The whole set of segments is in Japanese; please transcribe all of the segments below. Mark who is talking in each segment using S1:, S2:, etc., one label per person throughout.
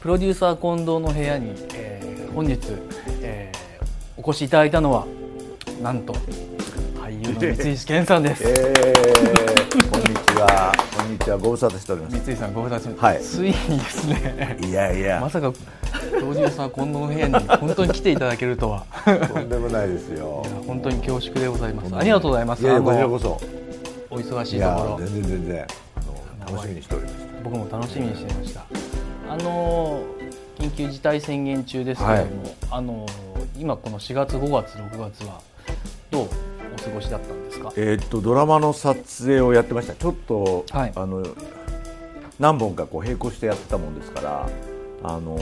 S1: プロデューサー近藤の部屋に、えー本日、えーお越しいただいたのはなんと俳優の三石健さんです。
S2: えー、こんにちは。こんにちは。ご無沙汰しております。
S1: 三井さんご無沙汰し
S2: はい
S1: ついにですね
S2: いやい
S1: ま
S2: や、
S1: さかプロデューサー近藤の部屋に本当に来ていただけるとは
S2: とんでもないですよ。
S1: 本当に恐縮でございます。ありがとうございます。
S2: いやいやこち
S1: あ
S2: ら
S1: の
S2: こそ。
S1: お忙し
S2: い
S1: いと
S2: や
S1: こ、ろ
S2: 全然全然。あの楽しみにしております。
S1: 僕も楽しみにしていました。あの緊急事態宣言中ですけれども、あの今この4月5月6月はどうお過ごしだったんですか。
S2: えーっとドラマの撮影をやってました。ちょっと、
S1: はい
S2: あの何本かこう並行してやってたもんですから、あの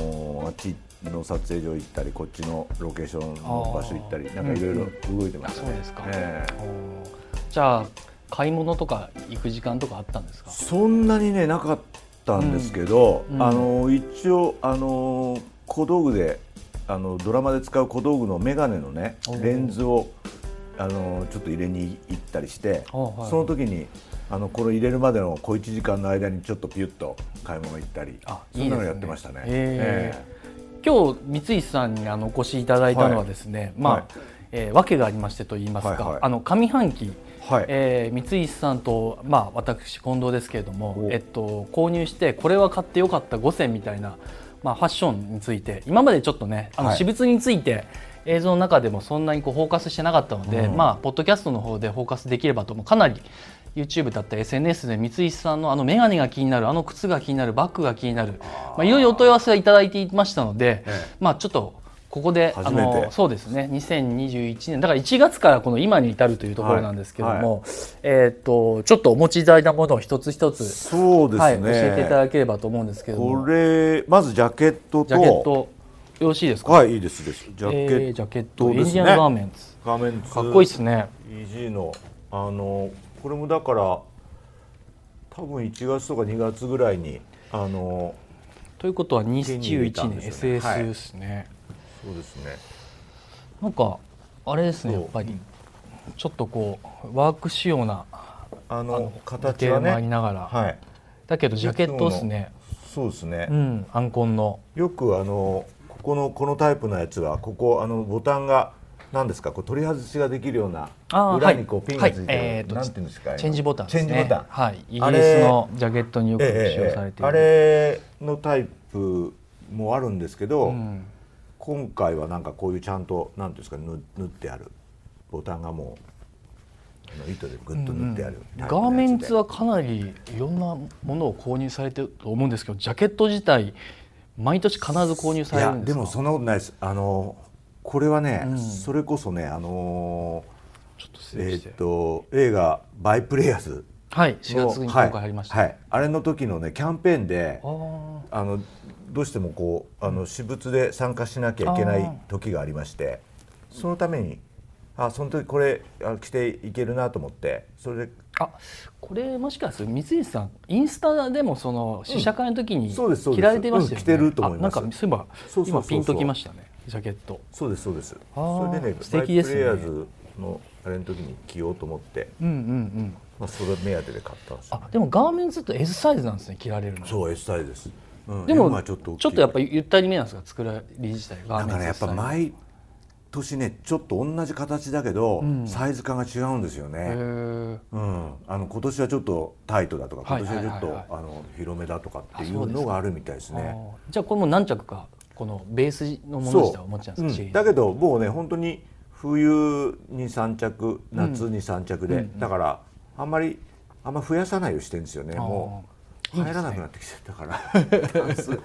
S2: ーあっちの撮影所行ったり、こっちのロケーションの場所行ったり、
S1: あー
S2: なんかいろいろ動いてま
S1: あ
S2: した
S1: そう
S2: ね。
S1: ですか。
S2: ええ
S1: おーじゃあ買い物とか行く時間とかあったんですか。
S2: そんなにねなかったんですけど、
S1: うんうん
S2: あの一応あの小道具であのドラマで使う小道具のメガネのね
S1: おー
S2: レンズをあのちょっと入れに行ったりして、
S1: あはい
S2: その時にあのこれ入れるまでの小1時間の間にちょっとピュッと買い物行ったり
S1: あ
S2: そんなのやってましたね。
S1: え
S2: ええ
S1: え今日三井さんにあのお越しいただいたのはですね、まあ、
S2: はい
S1: えー訳がありましてと言いますか、
S2: はいはい
S1: あの上半期
S2: はい、
S1: えー三井さんと、まあ、私近藤ですけれども
S2: お、
S1: えっと、購入してこれは買ってよかった5選みたいな、まあ、ファッションについて今までちょっとねあの
S2: はい
S1: 私物について、映像の中でもそんなにこうフォーカスしてなかったので、
S2: うん
S1: まあ、ポッドキャストの方でフォーカスできればともかなり YouTube だったり SNS で三井さんのあの眼鏡が気になるあの靴が気になるバッグが気になるまあ、いろいろお問い合わせはいただいていましたので、
S2: ええ
S1: まあ、ちょっとここであ
S2: 初めて
S1: のそうですね2021年だから1月からこの今に至るというところなんですけども、
S2: はいは
S1: えっ、とちょっとお持ちいただいたものを一つ一つ、
S2: そうですね、
S1: はい、教えていただければと思うんですけど
S2: こ
S1: も
S2: れまずジャケットと
S1: ジャケットよろしいですか
S2: はいいいですいいですジ
S1: えー
S2: ャケットですね、
S1: ジャケット、インディアンガーメンツ
S2: 画面通
S1: かっこいいですね
S2: EG のあのこれもだから多分1月とか2月ぐらいにあの
S1: ということは2021年
S2: 手に入れ
S1: SS
S2: たん
S1: で
S2: です
S1: ね、
S2: そうですね
S1: なんかあれですねや
S2: そう
S1: っぱりちょっとこうワーク仕様な
S2: あの
S1: 時
S2: 形
S1: 計
S2: は
S1: もあり
S2: ね
S1: ながら、
S2: はい
S1: だけどジャケットですね
S2: そうですね、
S1: うん、アンコンの。
S2: よくあのここのこのタイプのやつはここあのボタンが何ですかこう取り外しができるような
S1: あー
S2: 裏にこう
S1: はい
S2: ピンがついてる、
S1: はいえーと
S2: なんていうんですか
S1: チェンジボタンですね。
S2: チェンジボタン
S1: はい、イギリ
S2: あれ
S1: スのジャケットによく使用され
S2: え
S1: て
S2: え
S1: い
S2: あ
S1: る。
S2: れのタイプもあるんですけど、
S1: うん
S2: 今回はなんかこういうちゃんとなんていうんですか縫縫ってあるボタンがもうあの糸でぐっと縫ってあるタ
S1: ガ
S2: イプの
S1: ー
S2: やつで、
S1: メンツはかなりいろんなものを購入されてると思うんですけど、ジャケット自体毎年必ず購入されるん
S2: いや
S1: で
S2: です
S1: か。
S2: もそんなことないですあのこれはね、
S1: うん
S2: それこそねあの
S1: ちょっと失
S2: ーえ
S1: 礼
S2: ー
S1: して。
S2: っと映画「バイプレイヤーズ
S1: はい、4
S2: の」
S1: 月に公開ありました。
S2: はいはい、あれの時のねキャンペーンで
S1: あー
S2: あのどうしてもこうあの私物で参加しなきゃいけない時がありましてそのためにあその時これあ着ていけるなと思ってそれで
S1: あこれもしかすると三井さんインスタでもその試写会の時に
S2: そうですそうです
S1: 着られてましたよね、
S2: うん着てると思います
S1: あなんかそういえば
S2: そうそうそうそう
S1: 今ピンときましたねジャケット
S2: そうですそうです
S1: あー
S2: それでね
S1: 素敵ですね
S2: バイプレイヤーズのあれの時に着ようと思って、
S1: うんうんうん
S2: まあ、それ目当てで買ったんですよ
S1: あでもガーメンズって S サイズなんですね着られるの
S2: そう S サイズです、うん、
S1: でも
S2: M は
S1: ち
S2: ち
S1: ょ
S2: ょ
S1: っ
S2: っと
S1: と
S2: 大きい
S1: やっぱゆったりめなんですか作られ自体が
S2: なんかねやっぱ毎年ねちょっと同じ形だけど、
S1: ん
S2: サイズ感が違うんですよね、
S1: へ
S2: うん、あの今年はちょっとタイトだとか
S1: はい
S2: 今年はちょっと、
S1: はいはい
S2: あの広めだとかってい
S1: あそう
S2: う
S1: です
S2: の
S1: か
S2: があるみたいです
S1: え
S2: ね。
S1: じゃあこれも何着かこのベースのもの自体をお持ちなんですか、
S2: う
S1: シリ
S2: ん
S1: ー
S2: だ
S1: ズ
S2: けどもうね本当に冬に3着夏に3着で、だからあんまりあんま増やさないようにしてるんですよね
S1: あー
S2: もう
S1: いい
S2: 入
S1: ですね
S2: らなくなってきちゃった からタンス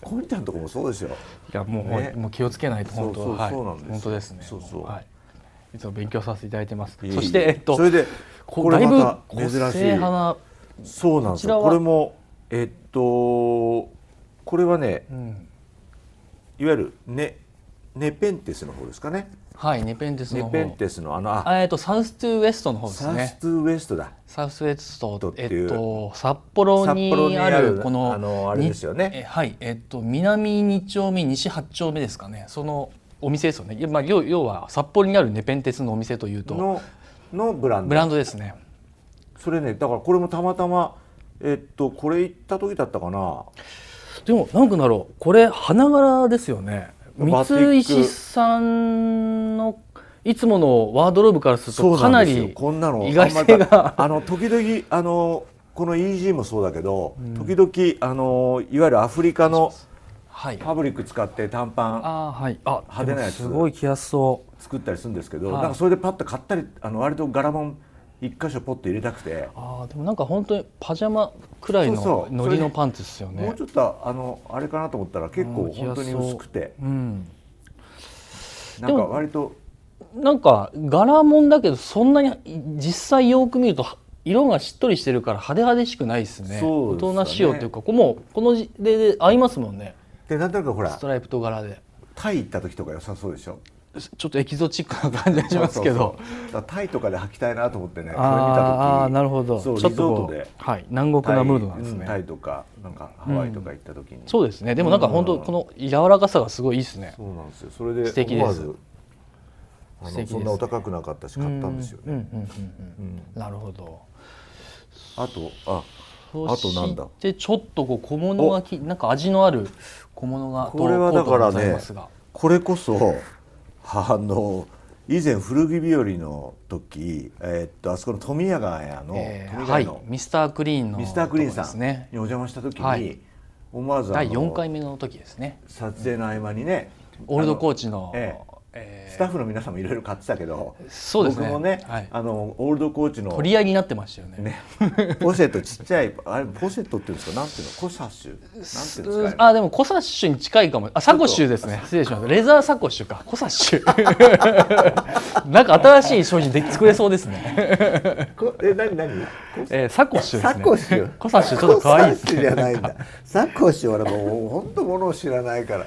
S2: こんちゃんとこもそうですよ。
S1: いやもう、
S2: ね
S1: もう気をつけないと本当
S2: そうそう
S1: はい
S2: そうなんですよ
S1: 本当ですね
S2: そうそう
S1: はい、いつも勉強させていただいてます
S2: いい
S1: そしてえっと
S2: それで
S1: こ
S2: これ
S1: だいぶ
S2: また
S1: 個
S2: 珍しい
S1: 性派な
S2: そうなん
S1: こ
S2: で
S1: ち
S2: す
S1: ら
S2: よ
S1: は
S2: これもえっとこれはね
S1: うん
S2: いわゆるネネペンテスの方ですかね。
S1: はいネペンテス
S2: ネ
S1: の方
S2: ペンテスのあのあ
S1: あえっとサウス・トゥ・ウエストの方です
S2: サ
S1: ね
S2: ーストゥーウエストだ。
S1: サウスウェスト
S2: っ、て
S1: え
S2: いう
S1: っと、札幌に
S2: 札幌に
S1: あ
S2: ある
S1: るこの
S2: あのあれですよね
S1: にえはい、えっと南2丁目西8丁目ですかね。そのお店ですよね。いやまあ要要は札幌にあるネペンテスのお店というと
S2: ののブランド。
S1: ブランドですね。
S2: それねだからこれもたまたまえっとこれ行った時だったかな。
S1: でもなんかだろうこれ花柄ですよね
S2: バ
S1: 三
S2: ティック
S1: 石さんのいつものワードローブからする
S2: そ
S1: と
S2: う
S1: か
S2: な
S1: なん
S2: ですよ
S1: り
S2: こんなの
S1: 意外性が
S2: あんまりあの時々あのこの EG もそうだけど、時々あのいわゆるアフリカの
S1: はい
S2: パブリック使って短パン
S1: あーはいあ
S2: 派手なやつ
S1: でもすごい着やすそう
S2: 作ったりするんですけど、
S1: はい
S2: なんかそれでパッと買ったりあの割と柄もん一箇所ポッと入れたくて、
S1: あーでもなんか本当にパジャマくらい
S2: そう
S1: の
S2: そう
S1: ノリのパンツですよね
S2: もうちょっとあのあれかなと思ったら結構本当に薄くて、
S1: うん
S2: なんか割と
S1: なんか柄もんだけどそんなに実際よく見ると色がしっとりしてるから派手派手しくないですね
S2: そうですよね
S1: 大人仕様というかこうもうこの時で合いますもんね
S2: でなんとなくほら
S1: ストライプと柄で
S2: タイ行った時とか良さそうでしょ。
S1: ちょっとエキゾチックな感じがしますけど
S2: そうそうそうだからタイとかで履きたいなと思ってね。それ見た時
S1: あーあーなるほど
S2: そう
S1: ちょっ
S2: リ
S1: と
S2: ゾー
S1: こ
S2: ト
S1: う
S2: で。
S1: はい、南国なムードなんですね、
S2: タイうんタイとかなんかハワイとか行った時に。
S1: そうですねでもなんか本当この柔らかさがすごいいいですね
S2: そうなんですよ。それで
S1: 素敵です
S2: 思わずあの
S1: 素敵です
S2: そんなお高くなかったし買ったんですよ
S1: うんう
S2: ね。
S1: んうん
S2: うん
S1: うんなるほど
S2: あとあ
S1: そ
S2: あとなんだ
S1: してちょっとこう小物がきなんか味のある小物が
S2: これはだから
S1: とコートがござい
S2: ね
S1: ますが
S2: これこそあの以前古着日和の時えーっとあそこの富谷屋の
S1: えー
S2: 富
S1: は
S2: 谷
S1: い
S2: の、
S1: ミスタークリーンの
S2: ミスタークリーン
S1: と
S2: さ
S1: こです
S2: んに
S1: ね
S2: お邪魔した時
S1: は
S2: に
S1: い
S2: 思わずあ
S1: 第
S2: の
S1: 4回目の時ですね
S2: 撮影の合間にね
S1: オールドコー
S2: チ
S1: チの
S2: え
S1: えー
S2: スタッフの皆さんもいろいろ買ってたけど
S1: そうですね
S2: 僕もね、
S1: はい
S2: あのオールドコーチの
S1: 取り上げになってましたよね
S2: ね、 ポシェットちっちゃいあれポシェットっていうんですかなんていうのコサッシュなんていうんですかあれ
S1: あでもコサッシュに近いかもあサコッシュですね失礼しましたレザーサコッシュかコサッシュ なんか新しい商品で作れそうですね、
S2: こえ何何コ
S1: えーサコッシュですね
S2: サコッシュ
S1: コサッシュちょっと可愛いです
S2: コサッシュじゃないんだサコッシュは俺もう本当ものを知らないから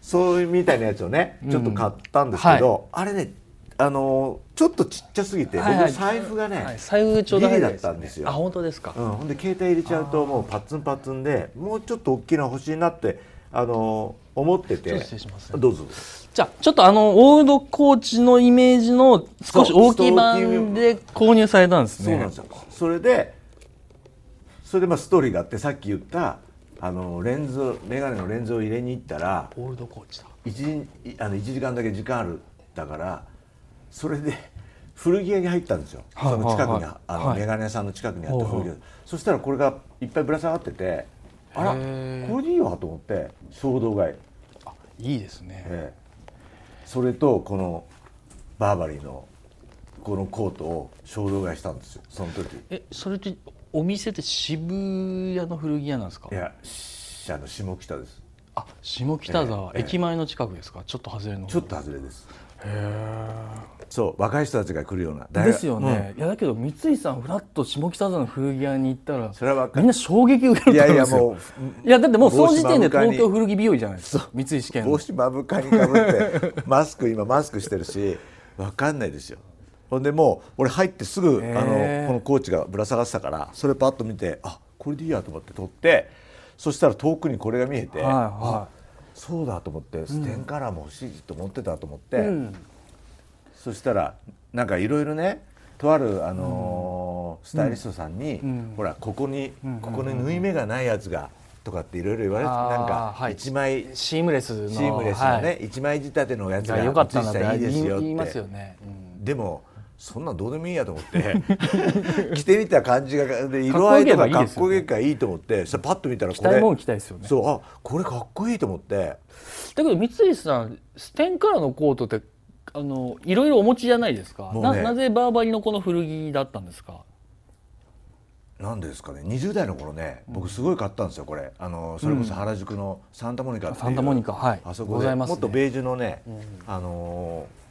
S2: そういうみたいなやつをねちょっと買ったんですけど、あれねあのちょっとちっちゃすぎて、
S1: はいはい
S2: 僕の財布がね、
S1: はい、財布ちょうど入
S2: ギ
S1: る
S2: リだったんですよ
S1: あ本当ですか、
S2: うん、ほんで携帯入れちゃうともうパッツンパッツンでもうちょっと大きいの欲しいなってあの思ってて
S1: ちょっと失礼しますね
S2: どうぞ
S1: じゃあちょっとあのオールドコーチのイメージの少し大きい版で購入されたんですね
S2: そうなんですよそれでそれでまあストーリーがあってさっき言ったあのレンズをメガネのレンズを入れに行ったら
S1: オールドコーチだ
S2: 1, あの一時間だけ時間あるだからそれで古着屋に入ったんですよ、
S1: はい
S2: その近くに、
S1: はいはい
S2: あの
S1: はい
S2: メガネ屋さんの近くにあった古着屋、
S1: はいはい
S2: そしたらこれがいっぱいぶら下がっててあ
S1: へ
S2: らこ
S1: ー
S2: れでいいわと思って衝動買い。
S1: いいですね、
S2: ええそれとこのバーバリーのこのコートを衝動買いしたんですよその時い
S1: えそれってお店って渋谷の古着屋なんですか
S2: やしあの下北です
S1: あ下北沢、
S2: ええ
S1: 駅前の近くですかちょっと外れの
S2: ちょっと外れですそう若い人たちが来るような大学
S1: ですよね、いやだけど三井さんフラッと下北沢の古着屋に行ったら
S2: それはわか
S1: み
S2: る
S1: んな衝撃受け
S2: い
S1: ると
S2: や
S1: 思うん
S2: い
S1: で
S2: や
S1: すよ
S2: も
S1: いやだってもうその
S2: 帽子
S1: 時点で
S2: 目深に
S1: 東京古着日和じゃないですか三井試
S2: う
S1: 験
S2: 帽
S1: の
S2: 子まぶかにかぶって マスク今マスクしてるしわかんないですよほんでもう俺入ってすぐ、
S1: へ
S2: あ
S1: え
S2: のこのコーチがぶら下がってたからそれパッと見てあこれでいいやと思って撮ってそしたら遠くにこれが見えて、
S1: はいは
S2: そうだと思ってステンカラーも欲しいと思ってたと思って、
S1: い、うん、
S2: そしたらなんかいろいろねとある、あのースタイリストさんに、
S1: ん
S2: ほらここに、ここに縫い目がないやつがとかっていろいろ言われて、
S1: あー
S2: なんか
S1: はい
S2: 1枚、
S1: シームレスの
S2: シームレスの
S1: は
S2: ね、
S1: い
S2: 一1枚仕立てのやつ
S1: が
S2: が
S1: 良かったなっ
S2: 靴
S1: て
S2: 下いいですよって
S1: 言いますよね、うん
S2: でもそんなんどうでもいいやと思って 着てみた感じがで色
S1: かっこ
S2: 合
S1: よ
S2: い
S1: け
S2: と
S1: ば
S2: か
S1: いい
S2: か
S1: で
S2: っ
S1: すよ
S2: こ
S1: ね
S2: いいからいいと思ってそしたらパッと見たら
S1: 着
S2: こ
S1: たい
S2: れ
S1: もん着たいですよね
S2: そうあこれかっこいいと思って
S1: だけど三井さんステンカラーのコートってあのいろいろお持ちじゃないですか、
S2: もう
S1: な
S2: ね
S1: なぜバーバリのこの古着だったんですか
S2: なんでですかね20代の頃ね僕すごい買ったんですよこれあのそれこそ原宿のサンタモニカっていう
S1: サンタモニカはい
S2: あそこ
S1: ご
S2: で、
S1: ざいますね
S2: もっとベージュのね、あのー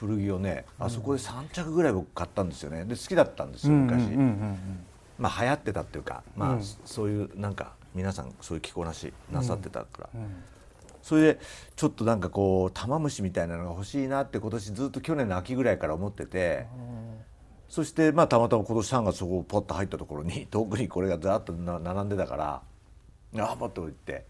S2: 古着をねあそこで3着ぐらい僕買ったんですよねで好きだったんですよ
S1: う
S2: 昔、
S1: んうんうんうん
S2: まあ流行ってたっていうかまあ、そういうなんか皆さんそういう着こなしなさってたから、それでちょっとなんかこう玉虫みたいなのが欲しいなって今年ずっと去年の秋ぐらいから思ってて、そしてまあたまたま今年3月そこをポッと入ったところに遠くにこれがザーッとな並んでたからああパッと行って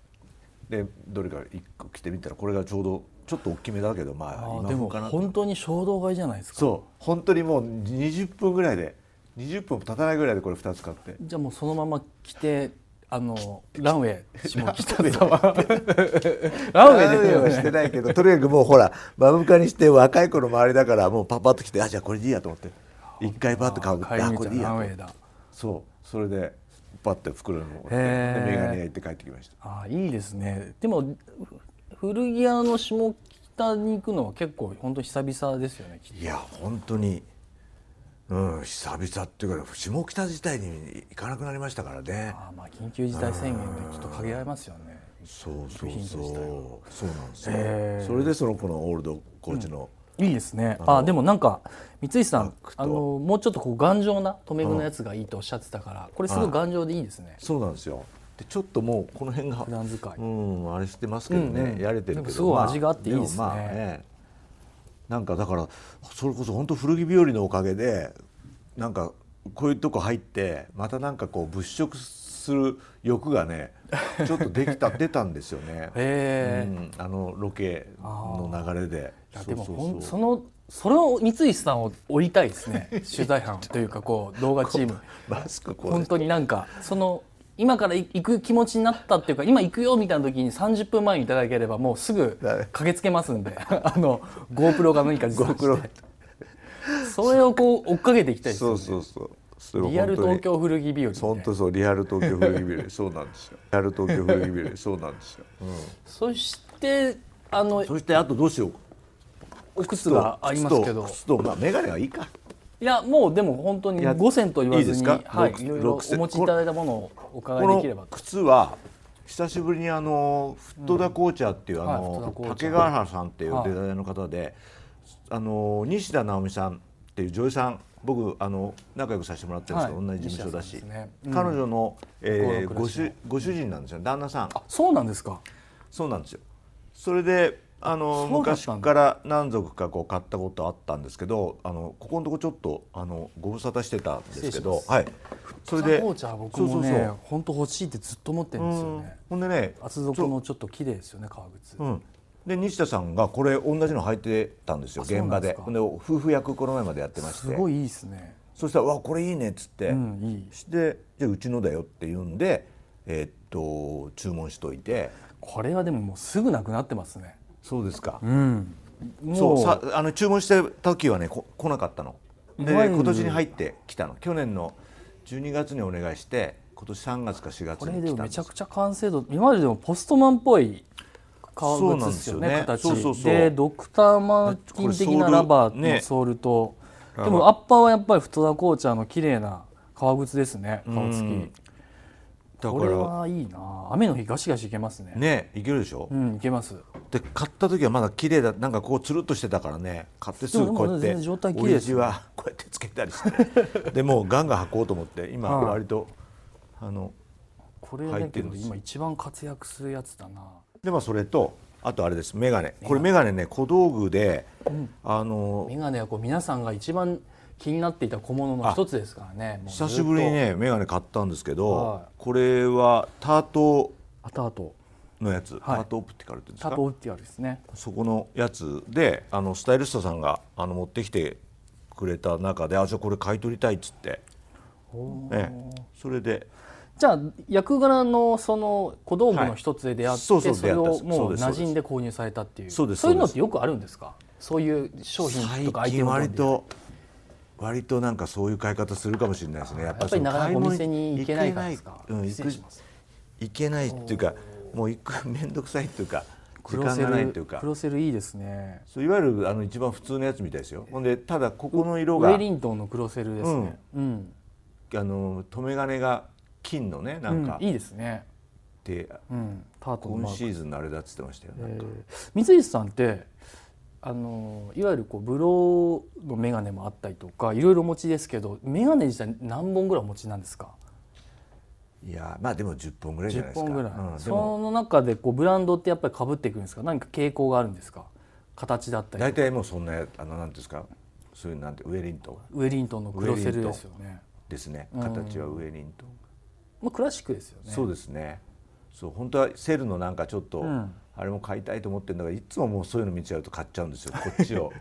S2: でどれか1個着てみたらこれがちょうどちょっと大きめだけどまあ
S1: あー
S2: 今
S1: でも
S2: 風かなと思っ
S1: 本
S2: て
S1: 当に衝動買いじゃないですか
S2: そう本当にもう20分ぐらいで20分も経たないぐらいでこれ2つ買って
S1: じゃあもうそのまま着てあのランウェイ下北
S2: ラ
S1: 沢ランウェイ
S2: ランウェイは
S1: で
S2: し
S1: す
S2: て
S1: よね
S2: ないけどとりあえずもうほらバブカにして若い子の周りだからもうパパッと来てあじゃあこれでいいやと思って一回バッと買う
S1: 買い
S2: あ
S1: に行
S2: こ
S1: っ
S2: れ
S1: た
S2: でいいや
S1: ラ
S2: と
S1: ンウ
S2: 思っ
S1: ェイ
S2: て
S1: だ
S2: そうそれでパッて袋に持ってで
S1: へー
S2: メガネ屋行って帰ってきました
S1: あーいいですねでもふ古着屋の下北に行くのは結構本当久々ですよねきっと
S2: いや本当にうん久々っていうか下北自体に行かなくなりましたからね
S1: あーまあ緊急事態宣言でちょっと限られますよね
S2: そうそう
S1: 品
S2: そ
S1: 自体
S2: うそうなんです
S1: へ
S2: よ
S1: ー
S2: それでそのこのオールドコーチの、
S1: いいですねあーでもなんか三井さん
S2: ックと
S1: あのもうちょっとこう頑丈な留め具のやつがいいとおっしゃってたからこれすごい頑丈でいいですね
S2: そうなんですよでちょっともうこの辺が
S1: 普段使い
S2: うんあれしてますけどね、
S1: うんうん
S2: やれてる
S1: なんか
S2: けど
S1: すごい
S2: まあ
S1: 味があっていいですね
S2: もまあなんかだからそれこそ本当古着日和のおかげでなんかこういうとこ入ってまたなんかこう物色する欲 がねちょっとできた出たんですよね、
S1: へえ
S2: うん、あのロケの流れで
S1: いやでも
S2: そう
S1: ほ
S2: そ
S1: ん
S2: う
S1: そ
S2: そう
S1: のそれを三井さんを追いたいですね取材班というかこう動画チーム
S2: マスクこう
S1: 本当になんかその今から行く気持ちになったっていうか今行くよみたいな時に30分前にいただければもうすぐ
S2: だね
S1: 駆けつけますんで あの GoPro が何か実
S2: GoPro
S1: それをこう追っかけていきたいです
S2: そ
S1: よ
S2: う
S1: ね
S2: そうそうそれが本当に
S1: リアル東京古着日和みたいな
S2: 本当そうリアル東京古着日和そうなんですよリアル東京古着日和そうなんですよ、
S1: そしてあの
S2: そしてあとどうしよう
S1: お靴がありますけど
S2: 靴と靴とまあ眼鏡はいいか
S1: いやもうでも本当に
S2: いや
S1: 5選と言わず
S2: いいで
S1: に
S2: すか
S1: はい
S2: 六
S1: いろいろ
S2: 六選
S1: お持ちいただいたものをお
S2: こ
S1: 伺いで
S2: の
S1: きればと
S2: 靴は久しぶりにあのフットダコーチャーっていう、あ
S1: はいフットダ
S2: の、
S1: コーチャ
S2: 竹
S1: ー
S2: 川原さんっていう
S1: はい
S2: デザイナーの方で、あの西田直美さんっていう女優さん僕あの仲良くさせてもらってるんですけど、
S1: はい
S2: 同じ事務所だし、
S1: 西田さんですねうん
S2: 彼女の、え
S1: 五
S2: ー
S1: 六
S2: ご
S1: です
S2: 主ご主人なんですよ旦那さん
S1: あそうなんですか
S2: そうなんですよそれであ
S1: そうだ
S2: の
S1: っ
S2: 昔
S1: たんだ
S2: から何足かこう買ったことあったんですけどあのここのとこちょっとあのご無沙汰してたんですけ
S1: 失礼
S2: ど
S1: します
S2: はいそれで
S1: ザコーチャー僕も
S2: そうそう
S1: ね
S2: そう
S1: 本当欲しいってずっと思ってるんですよね
S2: ほんでね
S1: 厚底のちょっと綺麗ですよね革靴
S2: うん、で西田さんがこれ同じの履いてたんですよ
S1: あそうなん
S2: 現場で
S1: ですか
S2: ほんで夫婦役この前までやってまして
S1: すごいいいですね
S2: そしたら「わこれいいね」っつって、
S1: うんいい
S2: して「じゃあうちのだよ」って言うんで、えーっと注文しといて
S1: これはでももうすぐなくなってますね
S2: そうですか、
S1: うんもう
S2: そうさあの注文した時はねこ来なかったので
S1: ないんだ
S2: 今年に入ってきたの去年の12月にお願いして今年3月か4月
S1: これ
S2: に
S1: で
S2: 来
S1: も
S2: たん
S1: め
S2: です
S1: ちゃくちゃ完成度今まででもポストマンっぽい
S2: そう
S1: 革靴で
S2: なんですす
S1: よ
S2: よ
S1: ね
S2: ね
S1: 形
S2: そうそうそう
S1: でドクター・マーティン的なラバー
S2: これソール
S1: のソール
S2: ね
S1: と
S2: ラバー
S1: でもアッパーはやっぱり太田コーチャーの綺麗な革靴ですね顔つ
S2: うん
S1: き
S2: だ
S1: こ
S2: か
S1: れ
S2: ら
S1: はいいな雨の日ガシガシいけますね
S2: ねいけるでしょ、
S1: うんいけます
S2: で買った時はまだ綺麗だなんかこうつるっとしてたからね買ってすぐこうや
S1: でもでも
S2: っ
S1: 全
S2: て
S1: 然状態綺麗
S2: 親
S1: です
S2: 父
S1: ね
S2: は こうやってつけたりしてでもうガンガン履こうと思って今
S1: はい
S2: 割と、あの
S1: これ
S2: 入
S1: だ
S2: っ
S1: け
S2: てるん
S1: ど
S2: ですよ
S1: 今一番活躍するやつだな
S2: でまあそれとあとあれですメガネこれメガネね小道具で、あの
S1: 眼鏡はこう皆さんが一番気になっていた小物の一つですからねもうずっと
S2: 久しぶりにねメガネ買ったんですけど、
S1: はい
S2: これはタート
S1: 後々
S2: のやつ、
S1: はい
S2: タートオプティカルって言うんです
S1: タ
S2: か
S1: トウッティアルですね
S2: そこのやつであのスタイリストさんがあの持ってきてくれた中であじゃあこれ買い取りたいっつって、ええそれで
S1: じゃあ役柄のその小道具の一つで出会って、
S2: はい
S1: そ
S2: そうそう
S1: れ
S2: 出会っ
S1: を
S2: たんです
S1: も
S2: そう
S1: う
S2: です
S1: 馴染んで購入されたっていう
S2: そうです
S1: そういうのっ
S2: そう
S1: てよくあるんですかそういう商品とかアイテ
S2: 最近
S1: ムを買
S2: 割
S1: うの
S2: と割となんかそういう買い方するかもしれないですねやっ
S1: やっぱりなかなかお店に行けないからですか
S2: 行けないうん、
S1: 失
S2: 行
S1: 礼
S2: く
S1: します
S2: 行けないっていうかもう行く 面倒くさいっていうか時
S1: 黒
S2: 間
S1: セ
S2: がない
S1: ル
S2: っていうか
S1: 黒セルいいですね
S2: そういわゆるあの一番普通のやつみたいですよほんでただここの色
S1: ウ
S2: が
S1: ェリントンの黒セルですねうん、
S2: あの留め金が金のねな
S1: うんん
S2: か、
S1: いいですね
S2: で
S1: うんタートの
S2: 今
S1: マーク
S2: シーズンのあれだっつってましたよ、ね
S1: えー三井さんってあのいわゆるこうブローの眼鏡もあったりとかいろいろお持ちですけど眼鏡自体何本ぐらいお持ちなんですか
S2: いやまあでも10本ぐらいじゃない
S1: 10
S2: ですか
S1: 本ぐらい、
S2: うんで
S1: そ
S2: も
S1: の中でこうブランドってやっぱりかぶっていくんですか何か傾向があるんですか形だったり
S2: 大体もうそんなやあのなんていうんですかそういうなんてウェリントン
S1: ウェリントンの黒セルですよね、
S2: ですね
S1: うん
S2: 形はウェリントン、
S1: まあ、クラシックですよね
S2: そうですねそう本当はセルのなんかちょっと、
S1: うん
S2: あれも買いたいと思ってるんだからいつももうそういうの見ちゃうと買っちゃうんですよこっちを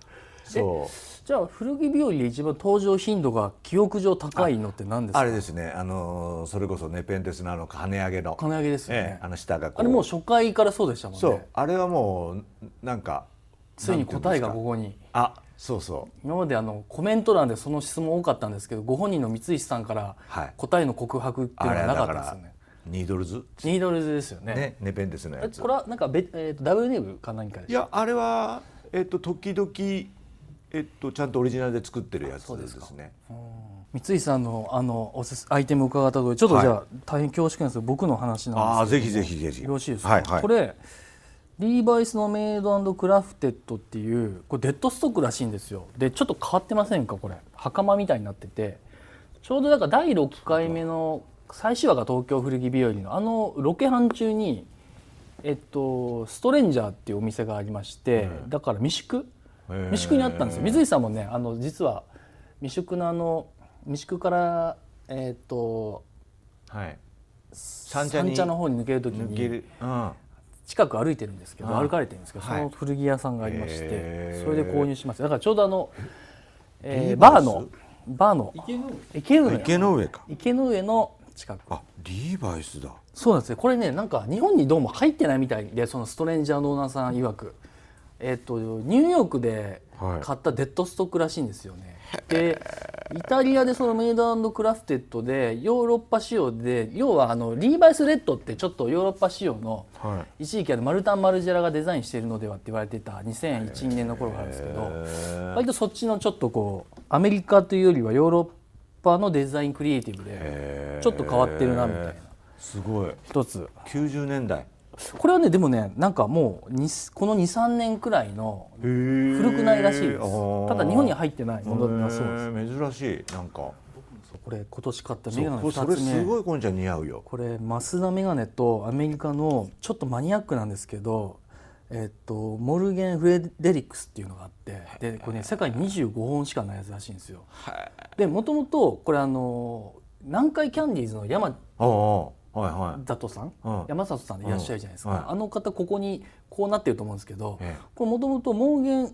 S2: そう
S1: じゃあ古着日和で一番登場頻度が記憶上高いのって何ですか
S2: あれですねあのーそれこそねペンテスのあの跳ね上げの
S1: 金上げですよね、
S2: ええあの下がこう
S1: あれもう初回からそうでしたもんね
S2: そうあれはもうなんか
S1: ついに答えがこ
S2: こ
S1: こに
S2: あそうそう
S1: 今まであのコメント欄でその質問多かったんですけどご本人の三石さんから
S2: はい
S1: 答えの告白っていう
S2: あ
S1: の
S2: れ
S1: は
S2: だ
S1: なか
S2: か
S1: ったです
S2: ら
S1: よね、
S2: ニードルズ
S1: ニードルズですよね
S2: ねネペンテスのや
S1: え
S2: つ
S1: これはなんかべ、えー、とダブルネームか何かで
S2: い
S1: した
S2: やあれはえっと時々えっとちゃんとオリジナルで作ってるやつですね
S1: 三井さんのあのおすすアイテムを伺ったとおりちょっとじゃあ、大変恐縮なんですけど僕の話
S2: あ
S1: な
S2: あ
S1: んで
S2: ー
S1: す
S2: ぜひぜひぜひ
S1: けどよろしいですか、
S2: はいはい
S1: これリーバイスのメイドクラフテッドっていうこれデッドストックらしいんですよでちょっと変わってませんかこれ袴みたいになっててちょうどなんか第6回目の最終話が東京古着日和のあのロケハン中にえっとストレンジャーっていうお店がありまして、だから未宿
S2: へー
S1: 未宿にあったんですよ水井さんもねあの実は未宿のあの未宿からえっと
S2: はい三
S1: 三
S2: 茶
S1: 茶
S2: に
S1: の方に抜ける時
S2: 抜け
S1: に
S2: るうん
S1: 近く歩いてるんですけど
S2: ああ
S1: 歩かれてるんですけどそ
S2: はい
S1: の古着屋さんがありまして、
S2: へー
S1: それで購入しましただからちょうどあの、えー
S2: リーバイス
S1: バーのバーの池の上
S2: 池の上か
S1: 池の上の近く
S2: あリーバイスだ
S1: そうなんですね。これね、なんか日本にどうも入ってないみたいで、そのストレンジャーのオーナーさん曰く、えっとニューヨークで
S2: はい
S1: 買ったデッドストックらしいんですよね。で、イタリアでそのメイドクラフテッドでヨーロッパ仕様で、要はあのリーバイスレッドってちょっとヨーロッパ仕様の
S2: は
S1: 一時期あのマルタン・マルジェラがデザインしているのではって言われてた2001、2年の頃があるんですけど。割とそっちのちょっとこうアメリカというよりはヨーロッパのデザインクリエイティブでちょっと変わってるなみたいな
S2: すごい
S1: 一つ
S2: 90年代
S1: これはねでもねなんかもうにこの23年くらいの古
S2: 古
S1: くないらしいですただ日本には入ってないものだそうです
S2: 珍しいなんか
S1: これ今年買った
S2: そ
S1: メガネ
S2: う
S1: の
S2: こそ
S1: 2
S2: れ
S1: つ
S2: す
S1: ね
S2: ごいこんちゃん似合うよ
S1: これ増田メガネとアメリカのちょっとマニアックなんですけどえっとモルゲン・フレデリックスっていうのがあってでこれね世界に25本しかないやつらしいんですよでもともとこれあの南海キャンディーズの山
S2: ああはいはい
S1: 里さん、
S2: うん
S1: 山里さんでいらっしゃるじゃないですか、
S2: うんはい
S1: あの方ここにこうなってると思うんですけど、
S2: ええ
S1: これもともとモーゲン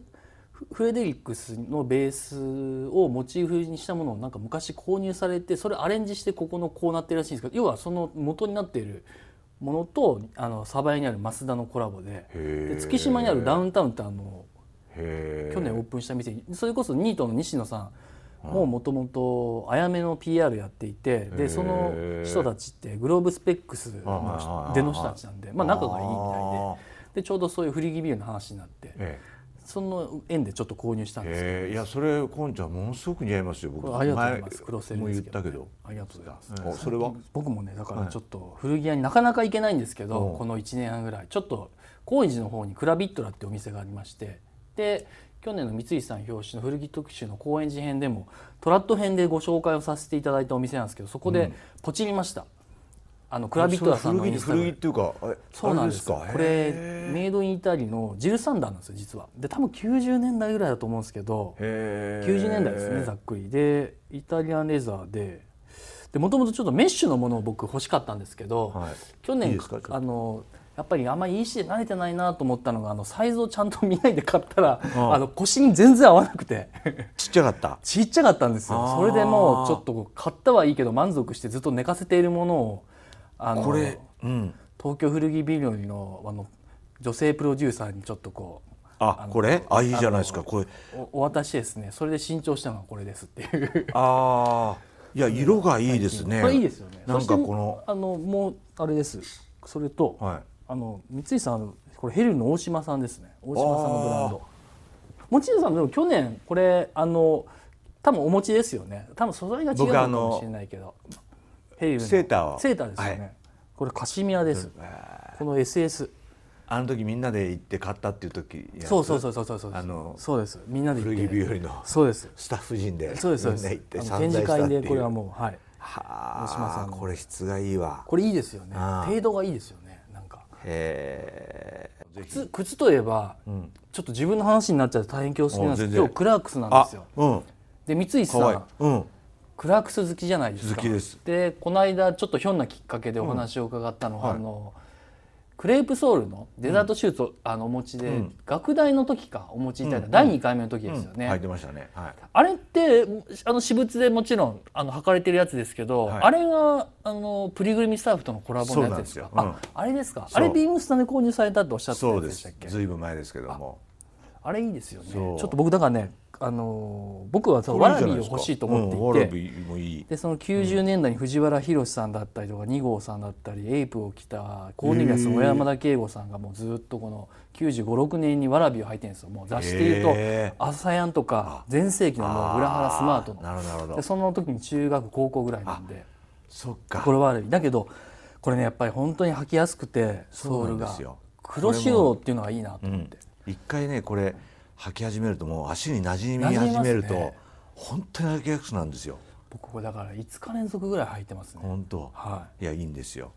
S1: フフレデリックスのベースをモチーフにしたものをなんか昔購入されてそれアレンジしてここのこうなってるらしいんですけど要はその元になっているものとあの鯖江にある増田のコラボで
S2: へえ
S1: で月島にあるダウンタウンってあの
S2: へえ
S1: 去年オープンした店にそれこそニートの西野さんももともとあやめの PR やっていて
S2: へ
S1: で
S2: ー
S1: その人たちってグローブスペックス
S2: はいはいはいは
S1: の
S2: い
S1: 出の人たちなんでまあ仲がいいみた
S2: あ
S1: いででちょうどそういう古着ビルの話になって
S2: ええ
S1: その縁でちょっと購入したんですけ
S2: ええいやそれこんちゃんものすごく似合いますよ
S1: ど
S2: 僕
S1: これありがとうございますクロセ
S2: 前
S1: ル
S2: も
S1: で
S2: 言っ
S1: すけど
S2: たけど
S1: ありがとうございます
S2: おそれは
S1: 僕もねだからちょっと古着屋になかなか行けないんですけど、
S2: うん
S1: この1年半ぐらいちょっと高円寺の方にクラビットラってお店がありましてで去年の三井さん表紙の古着特集の高円寺編でもトラット編でご紹介をさせていただいたお店なんですけどそこでポチりました、あのクラビットラさんの
S2: 古
S1: イ
S2: 着
S1: ンスタグラ
S2: 古着
S1: ム
S2: っていうかあれ
S1: そうなんです
S2: あれですか
S1: こ
S2: へ
S1: れ
S2: え
S1: メイドインイタリーのジル・サンダーなんですよ実はで多分90年代ぐらいだと思うんですけど
S2: へえ
S1: 90年代ですねざっくりでイタリアンレザーでもともとちょっとメッシュのものを僕欲しかったんですけど、
S2: はい
S1: 去
S2: いい
S1: 年
S2: ですかちょっと
S1: あのやっぱりあんまり EC で慣れてないなと思ったのがあのサイズをちゃんと見ないで買ったら
S2: あ
S1: あの腰に全然合わなくて
S2: ちっちゃかった
S1: ちっちゃかったんですよ
S2: あー
S1: それでもうちょっとこう買ったはいいけど満足してずっと寝かせているものをあの
S2: これうん
S1: 東京古着ビルのあの女性プロデューサーにちょっとこう
S2: あこれあいいじゃないですかこれ
S1: おお渡ししてですねそれで新調したのがこれですっていう。
S2: ああいや色がいいですね
S1: これいいですよね。
S2: なんかこの
S1: そしてあのもうあれです。それと、
S2: はい
S1: あの三井さんあのこれヘルの大島さんですね。大島さんのブラン
S2: あ
S1: ド。持ちさんでも去年これあの多分お持ちですよね。多分素材が違うの
S2: 僕あ
S1: か
S2: の
S1: もしれないけど。ヘルの
S2: セーターを
S1: セーターですよね。
S2: は
S1: これカシミヤです。この SS。
S2: あの時みんなで行って買ったっていう時やつ
S1: そうそうそうそうそうそう。
S2: あの
S1: そうです。みんなで行っ
S2: 古
S1: て。
S2: 着日和の
S1: そうです。
S2: スタッフ陣で
S1: そうですそうで
S2: みんな行っ
S1: す。
S2: て
S1: あの
S2: 散
S1: 展示
S2: 財したっ
S1: 会
S2: ていう
S1: でこれはもうはい。
S2: は
S1: 大島さ
S2: あ
S1: んの
S2: これ質がいいわ
S1: これいいですよね
S2: あー
S1: 程度がいいですよねなんか
S2: へえ
S1: 靴靴といえば、ちょっと自分の話になっちゃって大変恐縮なんですけど
S2: あ全然
S1: 今日クラークスなんですよ
S2: うん
S1: で三井
S2: か
S1: さ
S2: わいい
S1: ん
S2: うん
S1: クラークス好きじゃないですか
S2: 好きです
S1: でこの間ちょっとひょんなきっかけでお話を伺ったのが、あのクレープソールのデザートシューツを、あのお持ちで、
S2: うん
S1: 学大の時かお持ちいただいた、
S2: うん
S1: 第2回目の時ですよね、
S2: 入ってましたね。はい。
S1: あれってあの私物でもちろんあの履かれてるやつですけど、
S2: はい
S1: あれがあのプリグルミスタッフとのコラボのやつですか
S2: そうなんですよ
S1: ああれですか
S2: そ
S1: あ
S2: う
S1: れビームスタで購入されたっておっしゃってた
S2: そ
S1: や
S2: う
S1: つ
S2: で
S1: でしたっ
S2: す
S1: け。
S2: ずいぶん前ですけども。
S1: あれいいですよねち
S2: そ
S1: ょ
S2: う
S1: っと僕だからねあのー僕はその
S2: こ
S1: わ
S2: れいい
S1: ら
S2: じ
S1: び
S2: ゃ
S1: を
S2: ないですか
S1: 欲しいと思っていて、
S2: うん、ワラビもいい。
S1: でその90年代に藤原宏さんだったりとか2号さんだったりエイプを着たコーネリアス小山田圭吾さんがもうずっとこの956年にわらびを履いてるんですよもう雑誌でいうと
S2: へ
S1: 「朝やん」とか全盛期のもう
S2: あ
S1: グラハラスマートの
S2: なるほどなるほ
S1: で
S2: ど。
S1: その時に中学高校ぐらいなんで
S2: そっか。
S1: これは悪いだけどこれねやっぱり本当に履きやすくてソール
S2: そうなんで
S1: が
S2: すよ
S1: 黒仕様っていうのがいいなと思って、
S2: 一回ねこれ履き始めるともう足に馴染み
S1: 馴染み
S2: 始
S1: ますね
S2: めると、本当に履きやすくなるんですよ。
S1: 僕これだから5日連続ぐらい履いてますね、
S2: 本当。
S1: はい
S2: やいいんですよ。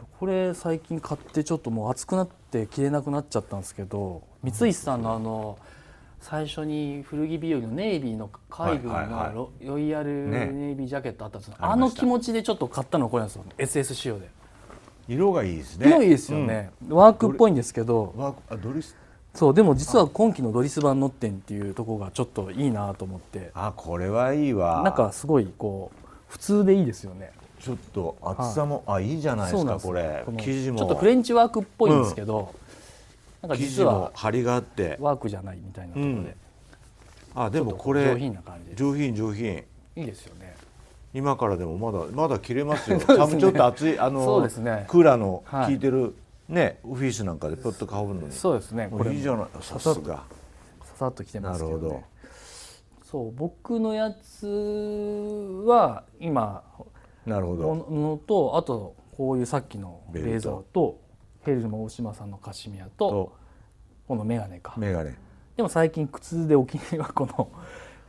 S1: い、これ最近買ってちょっともう熱くなって着れなくなっちゃったんですけど三石さんのあの最初に古着日和のネイビーの海軍
S2: はいはいはい
S1: のロロイヤル
S2: ね
S1: ネイビージャケットあったんですよ、
S2: あ
S1: あ
S2: りま
S1: の
S2: した
S1: 気持ちでちょっと買ったのこれなんですよ SS 仕様で
S2: 色がいいですね。
S1: 色いいですよね、ワークっぽいんですけど
S2: うん。ワークあドリス。
S1: そうでも実は今期のドリス版の点っていうところがちょっといいなと思って
S2: あこれはいいわ。
S1: なんかすごいこう普通でいいですよね
S2: ちょっと厚さも、あいいじゃないで
S1: そう
S2: す
S1: なん
S2: か
S1: です
S2: これ
S1: の
S2: 生地も
S1: ちょっとフレンチワークっぽいんですけど、なんか
S2: 生
S1: 実
S2: 地も
S1: は
S2: 張りがあって
S1: ワークじゃないみたいなところで、
S2: あでもこれ
S1: 上品な感じで
S2: 上品上品
S1: いいですよね
S2: 今からでもまだまだ切れますよ
S1: そうですね
S2: 寒ちょっと暑いあの
S1: そうですね
S2: クーラーの効
S1: はい
S2: いてる、ねオフィスなんかでポッとかぶるのに
S1: そうですねこ
S2: も
S1: れ
S2: ういいじゃない
S1: さ
S2: さ
S1: さ
S2: す
S1: っと
S2: が
S1: ささっときてま
S2: な
S1: す
S2: る
S1: けど,、
S2: ほ
S1: ね、
S2: ど
S1: そう僕のやつは今
S2: なるほ
S1: も
S2: ど
S1: のとあとこういうさっきのレ
S2: ベルト
S1: ーザーとヘルム大島さんのカシミヤと
S2: と
S1: このメガネか
S2: メガネ
S1: でも最近靴でお気に入りはこの、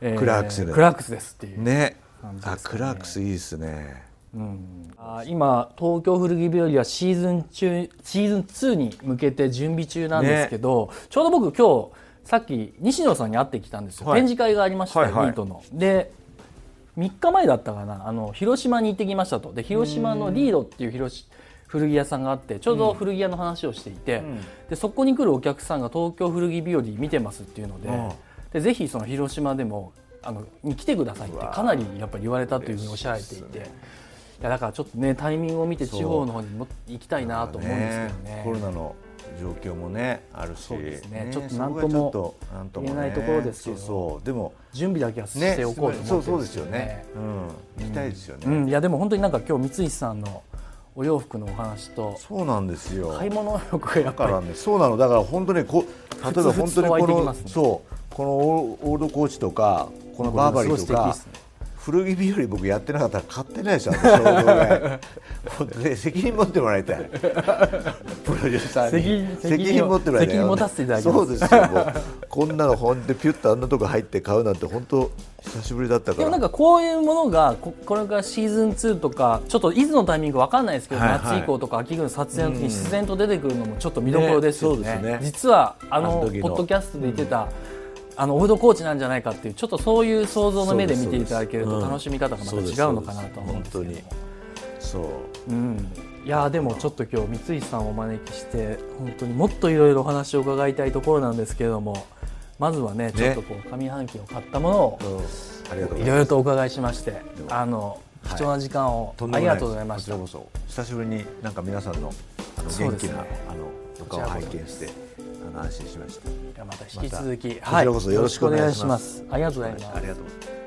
S1: え
S2: クラークスで
S1: クラークスですっていう、
S2: ね
S1: 感じですね
S2: あクラークスいいですね
S1: うん、あー今東京古着日和はシーズン中シーズン2に向けて準備中なんですけど、ちょうど僕今日さっき西野さんに会ってきたんですよ、
S2: はい
S1: 展示会がありました、
S2: はいはい
S1: ニートの。で3日前だったかなあの広島に行ってきましたとで広島のリードっていう広し古着屋さんがあってちょうど古着屋の話をしていて、
S2: ん
S1: でそこに来るお客さんが東京古着日和見てますっていうので,、
S2: うん
S1: でぜひその広島でもあのに来てくださいってかなりやっぱり言われたというふうにおっしゃられていて。いやだからちょっとねタイミングを見て地方の方にも行きたいなと思うんですけどね
S2: コロナの状況もねあるし
S1: そうですね
S2: ね
S1: ちょっとなんとも
S2: そこがちょっとなんともね
S1: 言えないところですけど
S2: そうそうでも
S1: 準備だけはし
S2: ね
S1: ておこうと思って
S2: そうそう
S1: るん
S2: ですよね、うん、行きたいですよね、
S1: うん、いやでも本当になんか今日三井さんのお洋服のお話と
S2: そうなんですよ
S1: 買い物欲がや
S2: だ
S1: っぱ
S2: か
S1: り
S2: らね、そうなの、だから本当にこう、例えば
S1: ふ
S2: 本
S1: つふつと
S2: 当にこ
S1: 湧いてき
S2: の、
S1: ますね
S2: そう、このオーオールドコーチとか、このバーバリーと
S1: これは
S2: か
S1: すごい素敵ですね。
S2: 古着日和僕やってなかったら買ってないですよ、あの衝動 買い本当ね責任持ってもらいたい、プロデューサー
S1: 責任
S2: に責任持ってもらいたい、
S1: 責任持たせていただきます
S2: そうですよ、も うこんなの、本当にピュッとあんなとこ入って買うなんて、本当、久しぶりだったか
S1: でもな
S2: ら、
S1: んかこういうものがここれからシーズン2とかちょっといつのタイミングか分かんないですけど、
S2: はいはい
S1: 夏以降とか秋ぐらいの撮影の時に自然と出てくるのもちょっと見どころですよね
S2: ねそうですね
S1: 実はあ
S2: あ
S1: の
S2: の
S1: ポ
S2: 時の
S1: ッドキャストで言ってた、あのオールドコーチなんじゃないかっていうちょっとそういう想像の目で見ていただける
S2: そ
S1: と
S2: うです
S1: 楽しみ方がまた違うのかなとは思うんですけども
S2: そうですそう
S1: うん、いやーでもちょっと今日三井さんをお招きして本当にもっといろいろお話を伺いたいところなんですけれどもまずはねちょっとこう上半期を買ったものを
S2: うんありがとうございます
S1: いろいろとお伺いしまして
S2: も
S1: あの
S2: い
S1: 貴重な時間を、
S2: とん
S1: あ
S2: で
S1: り
S2: も
S1: が
S2: ないです
S1: とうございました
S2: こちらこそ久しぶりになんか皆さんのあの
S1: そう
S2: 元
S1: で
S2: 気
S1: すね
S2: な、あのとかを拝見してあの安心しました。
S1: ではまた引き続き、
S2: またこちらこそよろしくお願いします
S1: ありがとうございます
S2: ありがとうございます。